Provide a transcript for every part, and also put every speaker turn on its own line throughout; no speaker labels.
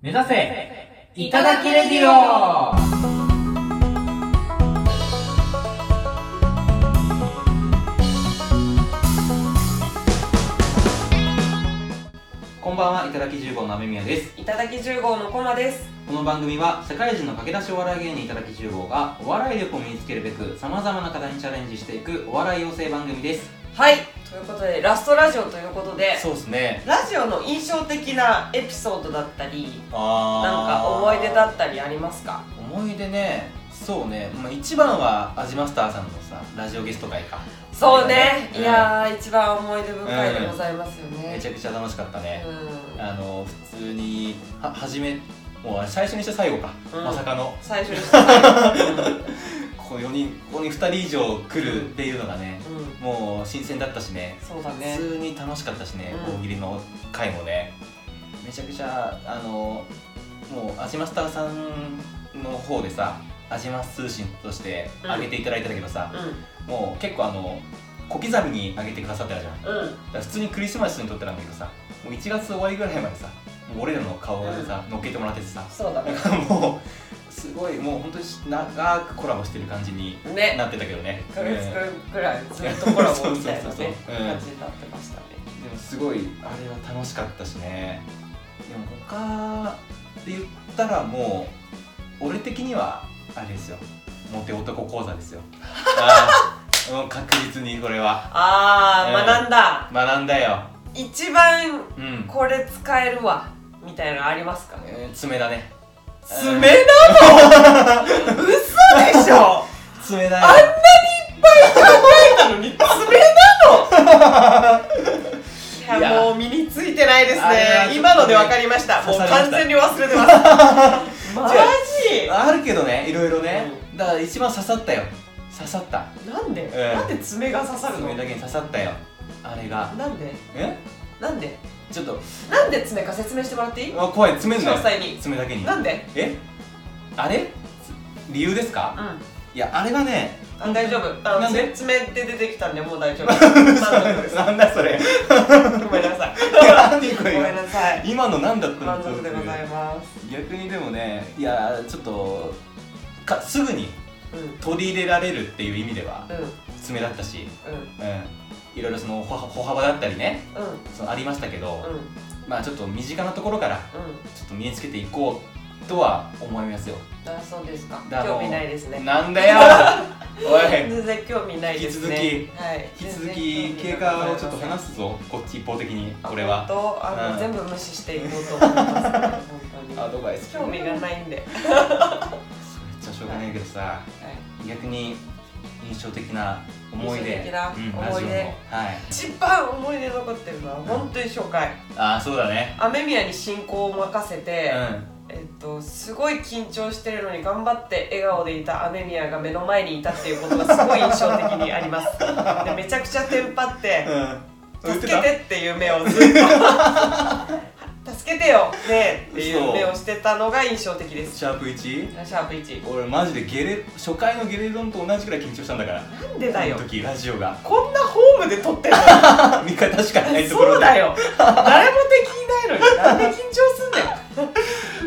目指せいただきレディオ
こんばんはいただき十号の雨宮です
いただき10号のコマです
この番組は社会人の駆け出しお笑い芸人いただき十号がお笑い力を身につけるべくさまざまな方にチャレンジしていくお笑い養成番組です
はいということでラストラジオということで
そうですね
ラジオの印象的なエピソードだったり
あ
なんか思い出だったりありますか
思い出ねそうね、まあ、一番はアジマスターさんのさラジオゲスト会か
そうね、
うん
いやー一番思い出深いでございますよね、
めちゃくちゃ楽しかったね
う、ん
あの普通には初めもうあれ最初にして最後か、
うん
まさかの
最初にしたね
ここ4人ここに2人以上来るっていうのがね
うん、うん
もう新鮮だったしね
そうだね
普通に楽しかったしね、
うん
大喜利の回もねめちゃくちゃあのもうアジマスターさんの方でさアジマス通信として上げていただいたんだけどさ、もう結構あの小刻みに上げてくださってたじゃんだか
うんうん
ら普通にクリスマスに撮ってたんだけどさもう1月終わりぐらいまでさもう俺らの顔でさ、乗っけてもらっててさ
そうだ
なん
ね
かもうすごいもう本当に長くコラボしてる感じに
ね
なってたけどね
1ヶ
う
月
ん
くらいずっとコラボ
そうそう
みたいな
そうそうう
ね
ん
感じになってましたね
でもすごいあれは楽しかったしねでも他で言ったらもう俺的にはあれですよモテ男講座ですよああもう確実にこれは
あー、
うん
学んだ
学んだよ
一番
うん、
これ使えるわみたいなのありますか
えー爪だね
爪なの嘘でし ょ
爪だよ
なのに爪なのい
いや
やもう身についてないです
あれはちょっと
ね
ね
今ので分かりましたも
刺されま
う
した
完全に忘れてます マジ
あるけどねいろいろね、だから一番刺さったよ刺さった
なんで、
うん
なんで爪が刺さるの
爪だけに刺さったよあれが
なんで
え
なんで
ちょっと
なんで爪か説明してもらっていい詳
あ怖い爪んなよ
細に
爪だけに
なんで
えあれ理由ですか
う
いやあれがね
んあ大丈夫あの
なんで
爪で出てきたんでも う大丈夫満足です
なんだそれ
ごめんなさい
何こ
ごめん
れ
なさい
今の何だった
満
の
足でございます
逆にでもねいやちょっとかすぐに
うんうん
取り入れられるっていう意味では
うん
爪だったし、うん、いろいろその歩歩幅だったりね
うん
そのありましたけど、
うん
まあちょっと身近なところから
うん
ちょっと身につけていこうとは思いますよ
あそうですか
だから
興味ないですね
なんだよ おい
全然興味ないです
引き
ね続きはい
引き続き経過をちょっと話すぞこっち一方的にこれは
とあの、
うん
全部無視していこうと思いますね本当
ア
に
ドバイス
興味がないんで、はい、
めっちゃしょうがないけどさ逆に印象的な思い出
印象的な
うん、ラ
思
ジオの
い出
はい
一番思い出残ってるのは本当に初回
ああそうだね
雨宮に進行を任せ
う
て、
ん
えっと、すごい緊張してるのに頑張って笑顔でいた雨宮が目の前にいたっていうことがすごい印象的にありま すでめちゃくちゃテンパって「
うん
助けて」っていう目をずっと「 助けてよ」ねえっていう目をしてたのが印象的です
シャープ 1?
シャープ1
俺マジでゲレ初回のゲレドンと同じくらい緊張したんだから
なんでだよ
あの時ラジオが
こんなホームで撮ってんの
味方しか ないとこ
そ
ろ
う
で
だよ誰も敵いない のになんで緊張すんだよ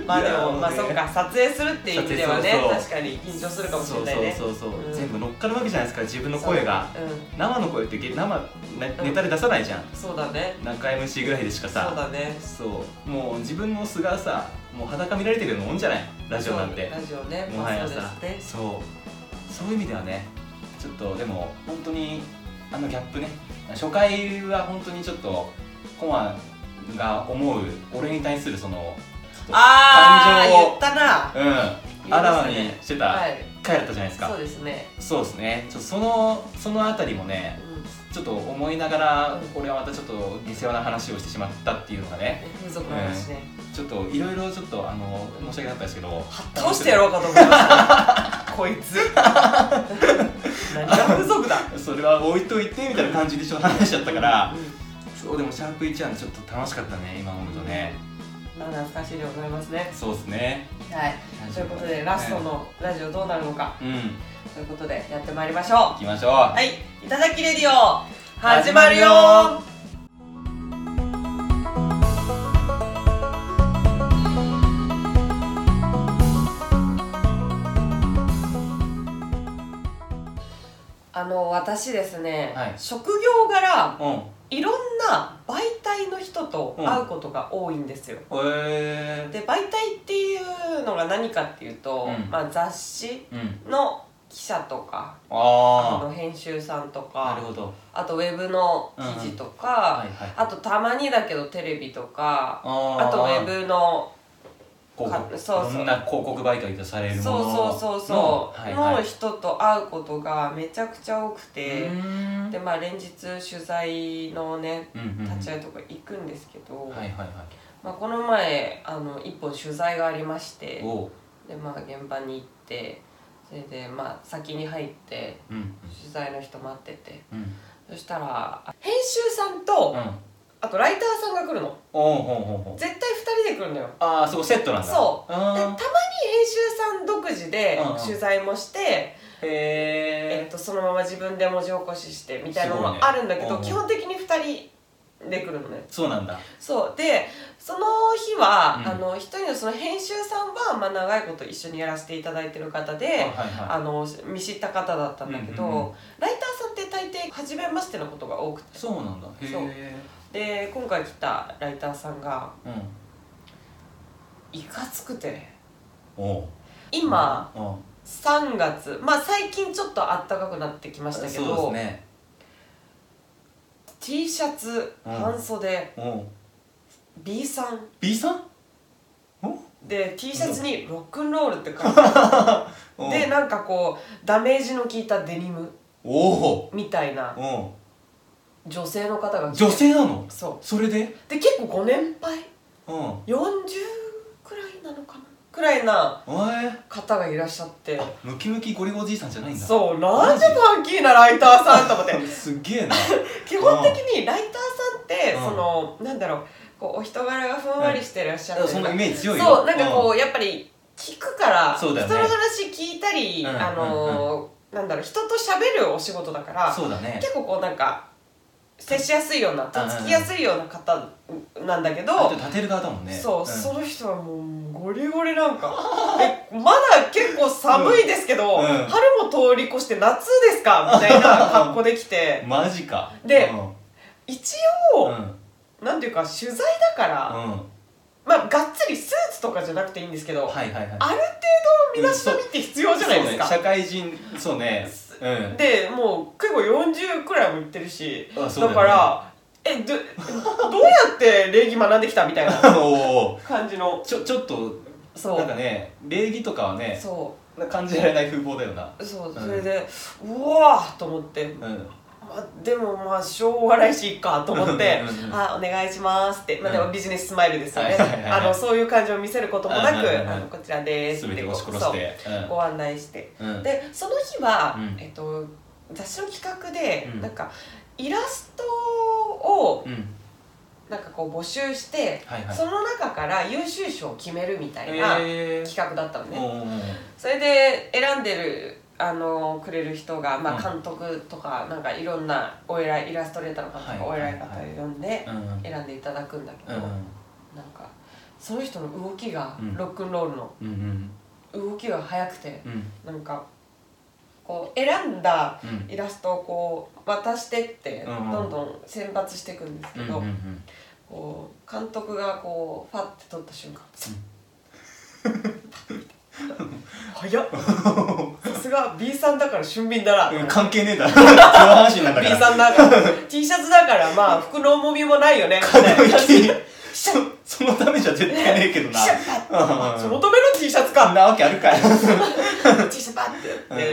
まあで
いや
もまあ
ね
そっか撮影するっていう意味ではね
撮影そうそう
確かに緊張するかもしれないね
そうそうそうそう、
うん
全部乗っかるわけじゃないですか自分の声が
そううん
生の声ってゲ生ね
うん
ネタで出さないじゃん、
そうだね
中 MC ぐらいでしか
そ
さ
うだね
そうもう自分の素がさもう裸見られてるようなもんじゃないラジオなんて
ラジオね
もはや
まあ
さ
そうですね
そうそういう意味ではねちょっとでも本当にあのギャップね初回は本当にちょっとコマが思う俺に対するそのちょっ
ああ
感情を
言ったな
とうんあらわにして
は
た
い
回だったじゃないですか、
そうですね
そうですねちょっとそのそのあたりもね
うん
ちょっと思いながら俺はまたちょっと下世話な話をしてしまったっていうのがね
風俗の話ね
ちょっといろいろちょっとあの申し訳なかったですけど
倒してやろうかと思いまし たこいつ何が風俗だ
それは置いといてみたいな感じでちょっと話しちゃったから
うん
そうでもシャープ1はちょっと楽しかったね今思うとね
まあ懐かしいでございますね
そうですね
はいということでラストのラジオどうなるのか
うん行
ということでやってまいりましょ
きましょう
うはいいただきレディオ始まるよーあの私ですね、
はい
職業柄
うん
いろんな媒体の人と会うことが多いんですよ、
へえ
で媒体っていうのが何かっていうと、
うん
まあ、雑誌
うん
の記者とかあ
あ
の編集さんと
あなる
か
ほど
あとウェブの記事とか
は、いはい
あとたまにだけどテレビとか
あ
あとウェブの
広
か
告
そうそう
いろんな広告媒体とされるも
そう
の
そうそうそう、
はいは
の
い
人と会うことがめちゃくちゃ多くて、
うーん
でまあ連日取材のね
うんうんうん
立ち会いとか行くんですけど、
はいはいはい
まあ、この前あの一本取材がありまして
おお
で、まあ、現場に行ってそれで、まあ、先に入って
うん
取材の人待ってて
うんうん
そしたら編集さんと、
うん
あとライターさんが来るの
おうほうほうほう
絶対2人で来るのよ
ああそうセットなんだ
そうでたま
ーん
に編集さん独自で
うんうん
取材もして、えっ
へえ
と、そのまま自分で文字起こししてみたいなの
すごい
も
ね
あるんだけ
うん
ど、
うん
基本的に2人で来るのね
そうなんだ
そうでその日は、
うん
あの一人のその編集さんは、まあ、長いこと一緒にやらせていただいてる方で、
はいはい
あの見知った方だったんだけど、
うんうんうん
ライターさんって大抵初めましてのことが多くて
そうなんだへ
そう
え
で今回来たライターさんが
うん
いかつくて
おう
今、
うん
3月まあ最近ちょっと暖かくなってきましたけ
そう
ど、
ですね
T シャツ
うん
半袖、
おう
B さん
B さん
で T シャツに「ロックンロール」って書いてあ
お
る
う
でなんかこうダメージの効いたデニム
おう
みたいな
おう
女性の方が来て
女性なの
そ
それで
うで結構ご年配
うん
40くらいなのかなくらいな
おえ
方がいらっしゃって
あムキムキゴリゴじいさんじゃないんだ
そうなんでファンキーなライターさんと思っ て
すっげ えな
基本的にライターさんって
うん
そのなんだろうこうお人柄がふんわりしてらっしゃって
そんなイメージ強いよ
そうなんかこう、やっぱり聞くから
そうだよね
人の話聞いたり、
うん
あのーなんだろう人と喋るお仕事だから
そうだね
結構こうなんか接しやすいようなとっつきやすいような方なんだけど、
あと立てる側だもんね
そう、
ん
その人はもうゴリゴリなんかえまだ結構寒いですけど、
うんうん
春も通り越して夏ですかみたいな格好で来て
マジか
で
う
一
んう
応、
ん
なんていうか取材だから、
うん
まあがっつりスーツとかじゃなくていいんですけど、
はいはいはい
ある程度の身だしなみって必要じゃないですか、
そうね社会人そうねうん
でもう結構40くらいもいってるし
あそうだよ
だ
ね
からえどどうやって礼儀学んできたみたい な
おお
感じの
ちょちょっと
そう
なんかね礼儀とかはね
そ
感じられない風貌だよな
うそううんそれで、うわーと思って、ま
うん
あ、でもまあしょうがないしいいかと思って
うんうんう
「
ん
あお願いします」って、まあ、で
う
も
ん
ビジネススマイルですよ
は
ね、
いはいはい
あのそういう感じを見せることもな
うん
く「
うんうんうん
あのこちらです」
全
ってて
押し殺
そ
し
う
て
ご案内して。
うんうん
でその日は、
うん
えっと、雑誌の企画で、
うん
なんかイラストを
うん
なんかこう募集して、
はいはい
その中から優秀賞を決めるみたいな
え
企画だったの
ー
ね、
おー
それで選んでるあのくれる人が、ま
う
あ、
ん
監督とかなんかいろんなお偉いイラストレーターの方とかお
はい
偉
はいい
方
はい
を呼んで
うんうん
選んでいただくんだけ
う
ど、
ん
なんかその人の動きが
うん
ロックンロールの
うんうん
動きが速くて
う、ん
なんかこう選んだ
うん
イラストをこう渡してって
うんうん
どんどん選抜していくんですけ
うん
ど、
うんうん
こう監督がこうファッて撮った瞬間早っさすが B さんだから俊敏だな、
うん
B
関係ねえだろ上半身なんだから
さんだから T シャツだからまあ服の重みもないよねみたいな
一気にそそのためじゃ絶対ねえけどな
シャッパッ
うん
そのための T シャツ
そん
か
なわけあるかい
T シャツパッて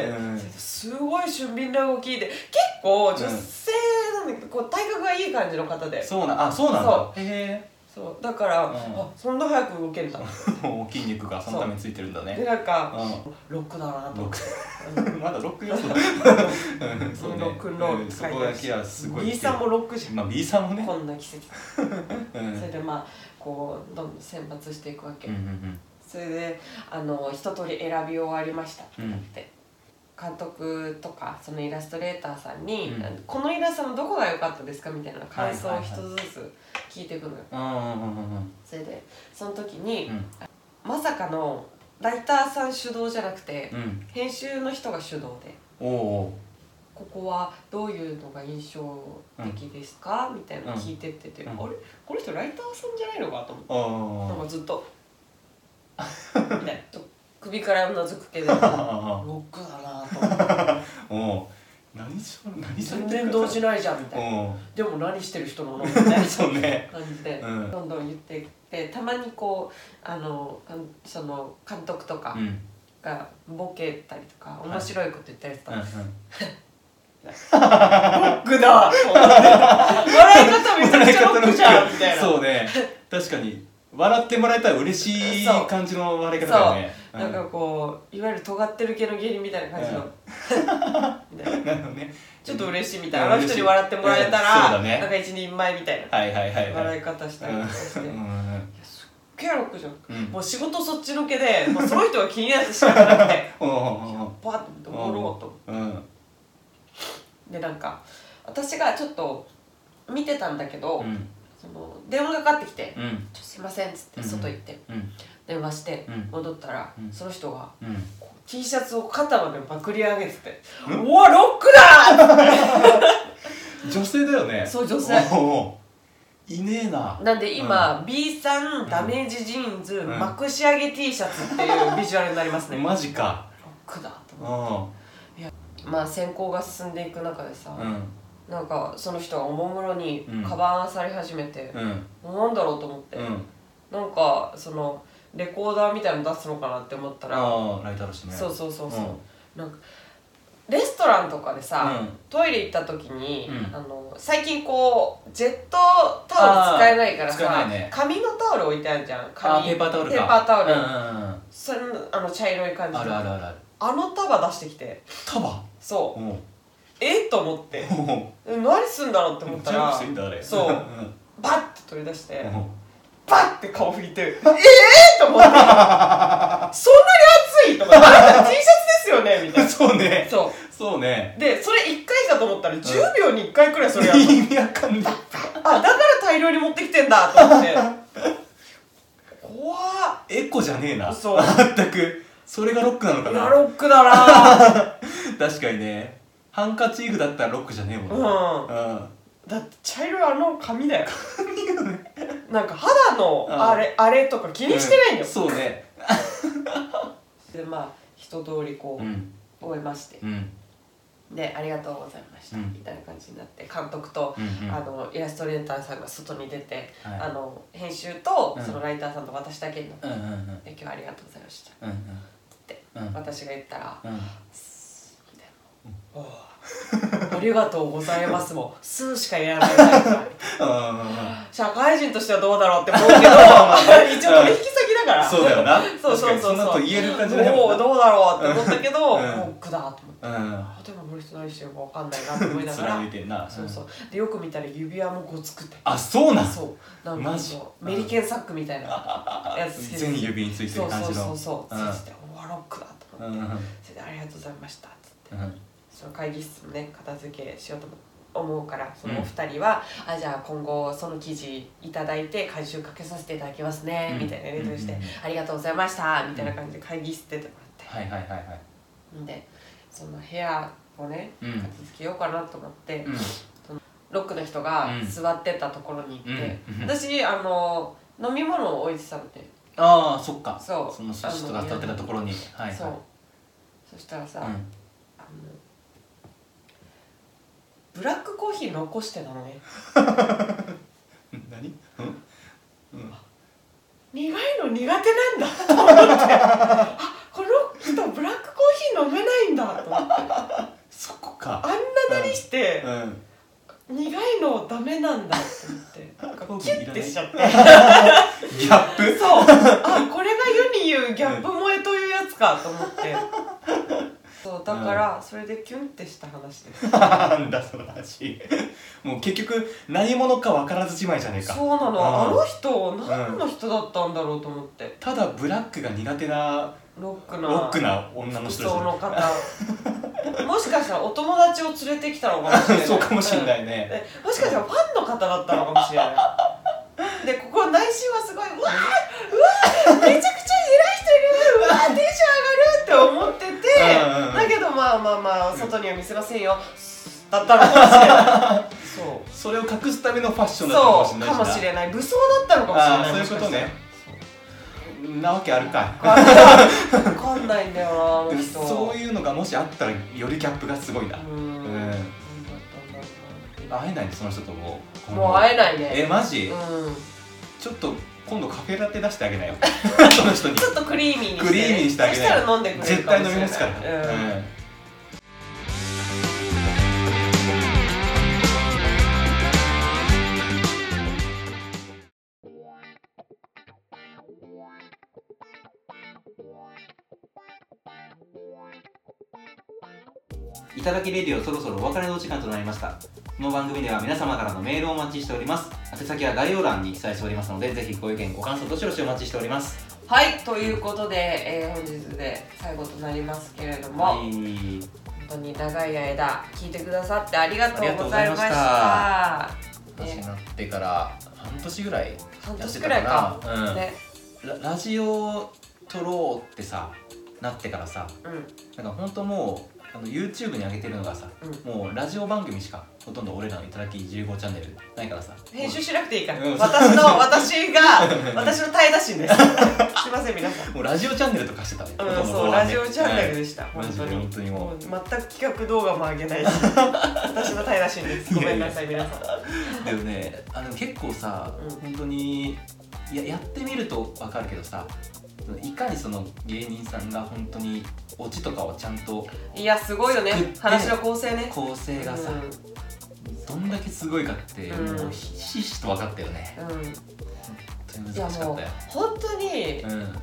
や
うんうん
ってすごい俊敏な動きで結構女性なんだけどこう体格がいい感じの方で
そうなあそうなんだ
そ
へ
そうだから、
うん
あそんな早く動けるんだで
え もう筋肉がそのためについてるんだね
なん
う
か
ん
ロックだな
ロ
と
ッ
思って
ク まだロック要素だうんそうね
ロックンロール
うん
って
そ
書い
こ
てあ
だ
るし
けはすごい
B さんもロックじゃん、
まあ B さんもね
こんな季節
うんうん
それでまあこうどんどん選抜していくわけ、
うんうん
それであの一通り選び終わりましたってなって、監督とかそのイラストレーターさんに、
うん
このイラストのどこが良かったですかみたいな感想
はい
を
はい
一
はい
つずつ聞いていくのよ、
うんうんうんうん
それでその時に、
うん
まさかのライターさん主導じゃなくて、
うん
編集の人が主導で
おお
こここはどういうのが印象的ですか、みたいなの聞いてってて、
うん
あれこの人ライターさんじゃないのかと思って、なん
あ
かずっとみたいなと首からうなずくけどロ
あ
ックだなと 思って
うん何しょ何しょ
全然動じないじゃんみたいな
う
でも何してる人なのみたいな ん
そうね
感じで、
うん
どんどん言っていってたまにこうあのかんその監督とか
うん
がボケたりとか、
い
面白いこと言ったりと
うん
か、
うん
ロックだと思って笑い方めちゃくちゃロックじゃんみたいな
そうね確かに笑ってもらえたら嬉しい
そう
感じの笑い方だよねう
なんかこういわゆる尖ってる系の芸人みたいな感じの、みたいな
なるほどね
ちょっと嬉しいみた
う
い
ん
なあの人に笑ってもらえたら、
うんそうだね
なんか一人前みたいな
はいはいはいは
笑
い
い方したりとかして、
うん
いやすっげえロックじゃん
うんうんうん
もう仕事そっちのけでもうその人が気になってしかなくて
うん
パッと思ろうと思っ
うん
てでなんか私がちょっと見てたんだけど、
うん
その電話がかかってきて「ちょ
うん
っとすいません」っつって
うん
外行って
うん
電話して
うん
戻ったら、
うん
その人が
うん
こう T シャツを肩までまくり上げてて「うわロックだ!」
女性だよね
そう女性
おうおういねえな
なんで今、B さんダメージジーンズ、
ん
まくし上げ T シャツっていうビジュアルになりますね、ロッ
マジか
クだと
う
思
ん
ってまあ選考が進んでいく中でさ、
うん
なんかその人がおもむろに
うん
カバン漁り始めて、
うん
なんだろうと思って、
うん
なんかそのレコーダーみたいの出すのかなって思ったら、
ああライターだしね
そうそうそうそう、
うん
なんかレストランとかでさ、
うん
トイレ行った時に、
うん
あの最近こうジェットタオル使えないから
あー使え
さ、
ないね
紙のタオル置いてあるじゃん紙
あーペーパータオルか
ペーパータオル、
うんうんうん
それのあの茶色い感じの
あるあるあるある
あの束出してきて
束
そう
おう
えっと思って
おう
え何すんだろうって思ったら
注意していいんだあれ
そうんバッて取り出して
おう
バッて顔拭いてえ えー、と思ってそんなに暑いと思ってあなた T シャツですよねみたいな
そうね
そう
そうね
でそれ1回だと思ったら10秒に1回くらいそれやる、
意味わかんない
あだから大量に持ってきてんだと思って怖っ
エコじゃねえな
そう
全くそれがロックなのか
いや
な
ロックだなぁ
確かにねハンカチーフだったらロックじゃねえもんな
うんだって茶色いあの髪だよなんか肌の
うん
あれあれとか気にしてないんだよ、
そうね
でまあ一通りこう、
うん
終えまして
うん
でありがとうございました、
うん
みたいな感じになって監督と、
うんうん
あのイラストレーターさんが外に出て、
はい
あの編集と、
うん
そのライターさんと私だけになって
うんうんうん
「で今日はありがとうございました」
うん
って
うんうん
私が言ったら「
うん
すーみたいなおーありがとうございます」も「す」しか言えないから
あ
社会人としてはどうだろうって思う けど一応取引先だか
ー
ら
そうだよな
そうそう
確
そう
かにそんなこと言える感じだ
も
よ
うどうだろうって思ったけど、
うん
もう苦だと思って。
な
例えばこの人何してるか分かんないなって思いながら
貫いてんな
そうそううでよく見たら指輪もごつくて
あそうなん
そうなんか
マジ
こうメリケンサックみたいなやつつけ て
全指について
そ
る
うそ
感
う
じ
そう
の
そう
うん
つけて「おわロックだ」と
う
思
んう
っ
んう
て
ん
それで「ありがとうございました」っつっ
う
て
ん
その会議室もね片付けしようと思うからそのお二人は「あじゃあ今後その記事いただいて回収かけさせていただきますね」
うん
みたいなやり取りして
うん
「ありがとうございました」みたいな感じで会議室出てもらって
はいはいはいはい
でその部屋をね
うん
片付けようかなと思って
うん
ロックの人が
うん
座ってたところに行って、
うん
私あの飲み物を置いてたので、
ああそっか
そう
その人が立ってたところにはいはい
そうそしたらさ、
うん
あのブラックコーヒー残してたのね
何うんうん
苦いの苦手なんだ と思ってあこの人ブラックコーヒー飲めないんだと思って
そこか
あんななりして、
うん
苦いのダメなんだと思ってなんかキュッてしちゃ って
ギャップ
そうあこれが世に言うギャップ萌えというやつかと思ってそうだからそれでキュンってした話です
なんだその話もう結局何者か分からずじまいじゃねえか
そうなの
あ
あ
ー
の人何の人だったんだろうと思って
ただブラックが苦手な
ロックな
ロックな女の人
服
で
装の方もしかしたらお友達を連れてきたのかもしれ
すね
な い
そうかもしんない
うん
ね
えもしかしたらファンの方だったのかもしれないでここ内心はすごい「うわーうわーめちゃくちゃ偉い人いるうわーテンション上がる!」って思ってて、
うんうんうん
だけどまあまあまあ外には見せませんよ、すだったのかもしれないそう
それを隠すためのファッションだったのかもし
そ
れ
う
ない
かもし
ない
れない武装だったのかもしれない
あーそういうことねなわけあるかい
分かんないんだよなあの
でも
人
そういうのがもしあったらよりギャップがすごいな
う
うんん会えないねその人ともう
もう会えない
え
ね
マジ
うん
ちょっと今度カフェラテ出してあげな よその人に
ちょっとクリーミーにして
クリーミーにしてあげ
そ
な
し
よ
たら飲んでくれる
絶対飲みますから、
うん
うんいただきレディオそろそろお別れのお時間となりましたこの番組では皆様からのメールをお待ちしております宛先は概要欄に記載しておりますのでぜひご意見ご感想どしどしお待ちしております
はいということで、えー本日で最後となりますけれども、
い
本当に長い間聞いてくださってありがとうございました
私に
ね
なってから半年ぐらい
半
やって
年
た
くらいか、
なうん
ね
ララジオを撮ろうってさなってからさ
うん
なんか本当もうあの YouTube に上げてるのがさ、もうラジオ番組しかほとんど俺らの「いただき15チャンネル」ないからさ
編集しなくていいから、
うん
私の私が私の対打診です すいません皆さん
もうラジオチャンネルとかしてたね
うん、
ほとんど
そう
動画
ラ
ね
ジオチャンネル
はい
でした、
マ
本
ジ
当
で
に
本当にも
もう全く企画動画も上げ ないし私の対打診ですごめんなさい皆さん
うでもねあでも結構さ、
うん
本当にいややってみると分かるけどさいかにその芸人さんが本当にオチとかをちゃんと
いやすごいよね
作って
話の構成ね
構成がさ、
う
どんだけすごいかって、
うん
もうひしひしと分かったよね
んうん、
本当に
いや
難しか
も
っ
う
たよ
本当に
うん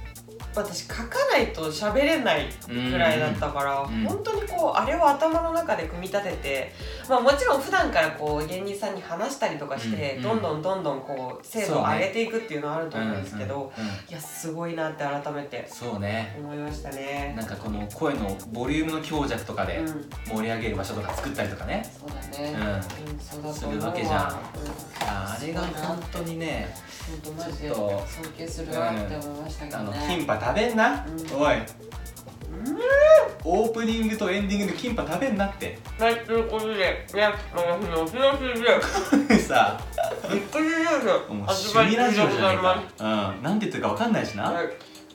私書かないと喋れないぐらいだったから、
うん
本当にこうあれを頭の中で組み立てて、まあ、もちろん普段からこう芸人さんに話したりとかして、
うん
どんどんどんどんこう精度を上げていくっていうのはあると思うんですけど、
うんうん
いやすごいなって改めて
そうね
思いましたね。
なんかこの声のボリュームの強弱とか
う
で
ん、
盛り上げる場所とか作ったりとかね、
そうだ
うん、
ね、
あ
うん、そうだ
す
と思う
るわけじゃんあれが本当にね
本当マジで
ちょっと
尊敬するわって思いましたけ
あ
ど
のキン
ね。
パ食べんな、
うん
おいオープニングとエンディングでキンパ食べんなって
はい、ということで、ね、私のお知らせです。
さ
びっくりです。
もう
発
趣
売
味
中
ラ
で
ジオじゃ
ござ
ないい
ま
か、うん、なんて言ってるか分かんないし
す。は、
ない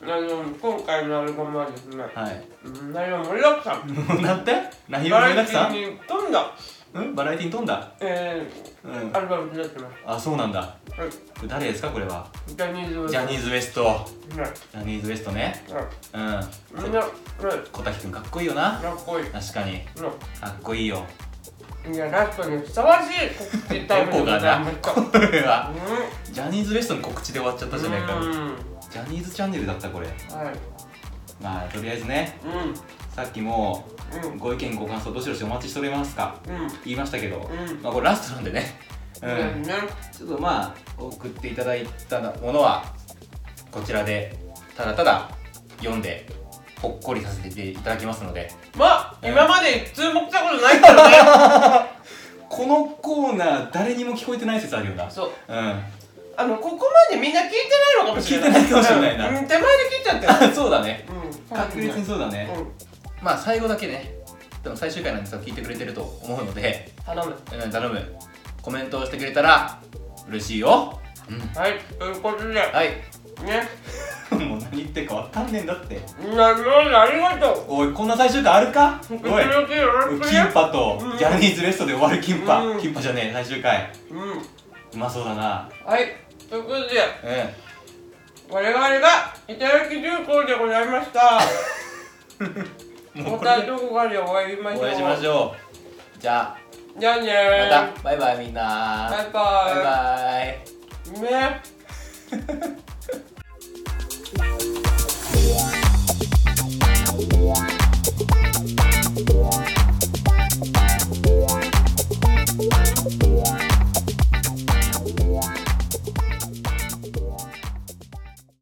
あの今回のアルバムはですね、
はい
うん内容盛りだくさん。
もうなんて内容
バ
盛りだ
ラ
く
エテ
さ
ィ
ん
ーに富んだ、
うんバラエティに飛んだ、
え
うん
ー、ア、ルバムになってます。
あそうなんだ
はい、
これ誰ですかこれは
ジャニーズ
ジャニ
ー
ーズ WEST
ズ。はい、
ジャニーズ WEST ね
はい
うん
みんな、はい、
小滝くんかっこいいよな
かっこいい。
確かに
の
かっこいいよ
いや、ラストにふさわしい告知タイムでございまし
こ
た。
れは
う
ジャニーズ WEST の告知で終わっちゃったじゃないか
ん。うん
ジャニーズチャンネルだったこれ
はい。
まあとりあえずね
うん。
さっきも
うん
ご意見ご感想どしどしお待ちしておりますか
うん
言いましたけど、
うん
まあこれラストなんでねう
うんんね
ちょっとまあ送っていただいたものはこちらでただただ読んでほっこりさせていただきますので
まあ今まで一通も来たことな いからね
このコーナー誰にも聞こえてない説あるよな
そう
う
あのここまでみんな聞いてないのかもしれない
聞いてないかもしれないな
うん、手前で聞いちゃったよ、
ん そうだね
う ん、
確実にそうだね
うん
まあ最後だけねでも最終回なんですが聞いてくれてると思うので、
頼む
うん、頼むコメントをしてくれたら嬉しいようん
はいということで
はい
ね
もう何言ってるかわかんねえんだって
みんな今までありがと
おいこんな最終回あるかお
う
い
引き続きよ
キン
ろしくね
パと
うん
ジャニーズレストで終わるキンパ、
うん
キンパじゃねえ最終回
うん
うまそうだな
はいということで
う
我々がいただき重工でございました
ん も
ま
うこれ
た
で
どこかでお会いしましょう
お会いしましょうじゃあ
じゃあね
またバイバイみんな
バイ
バイ
バ
バイ
イね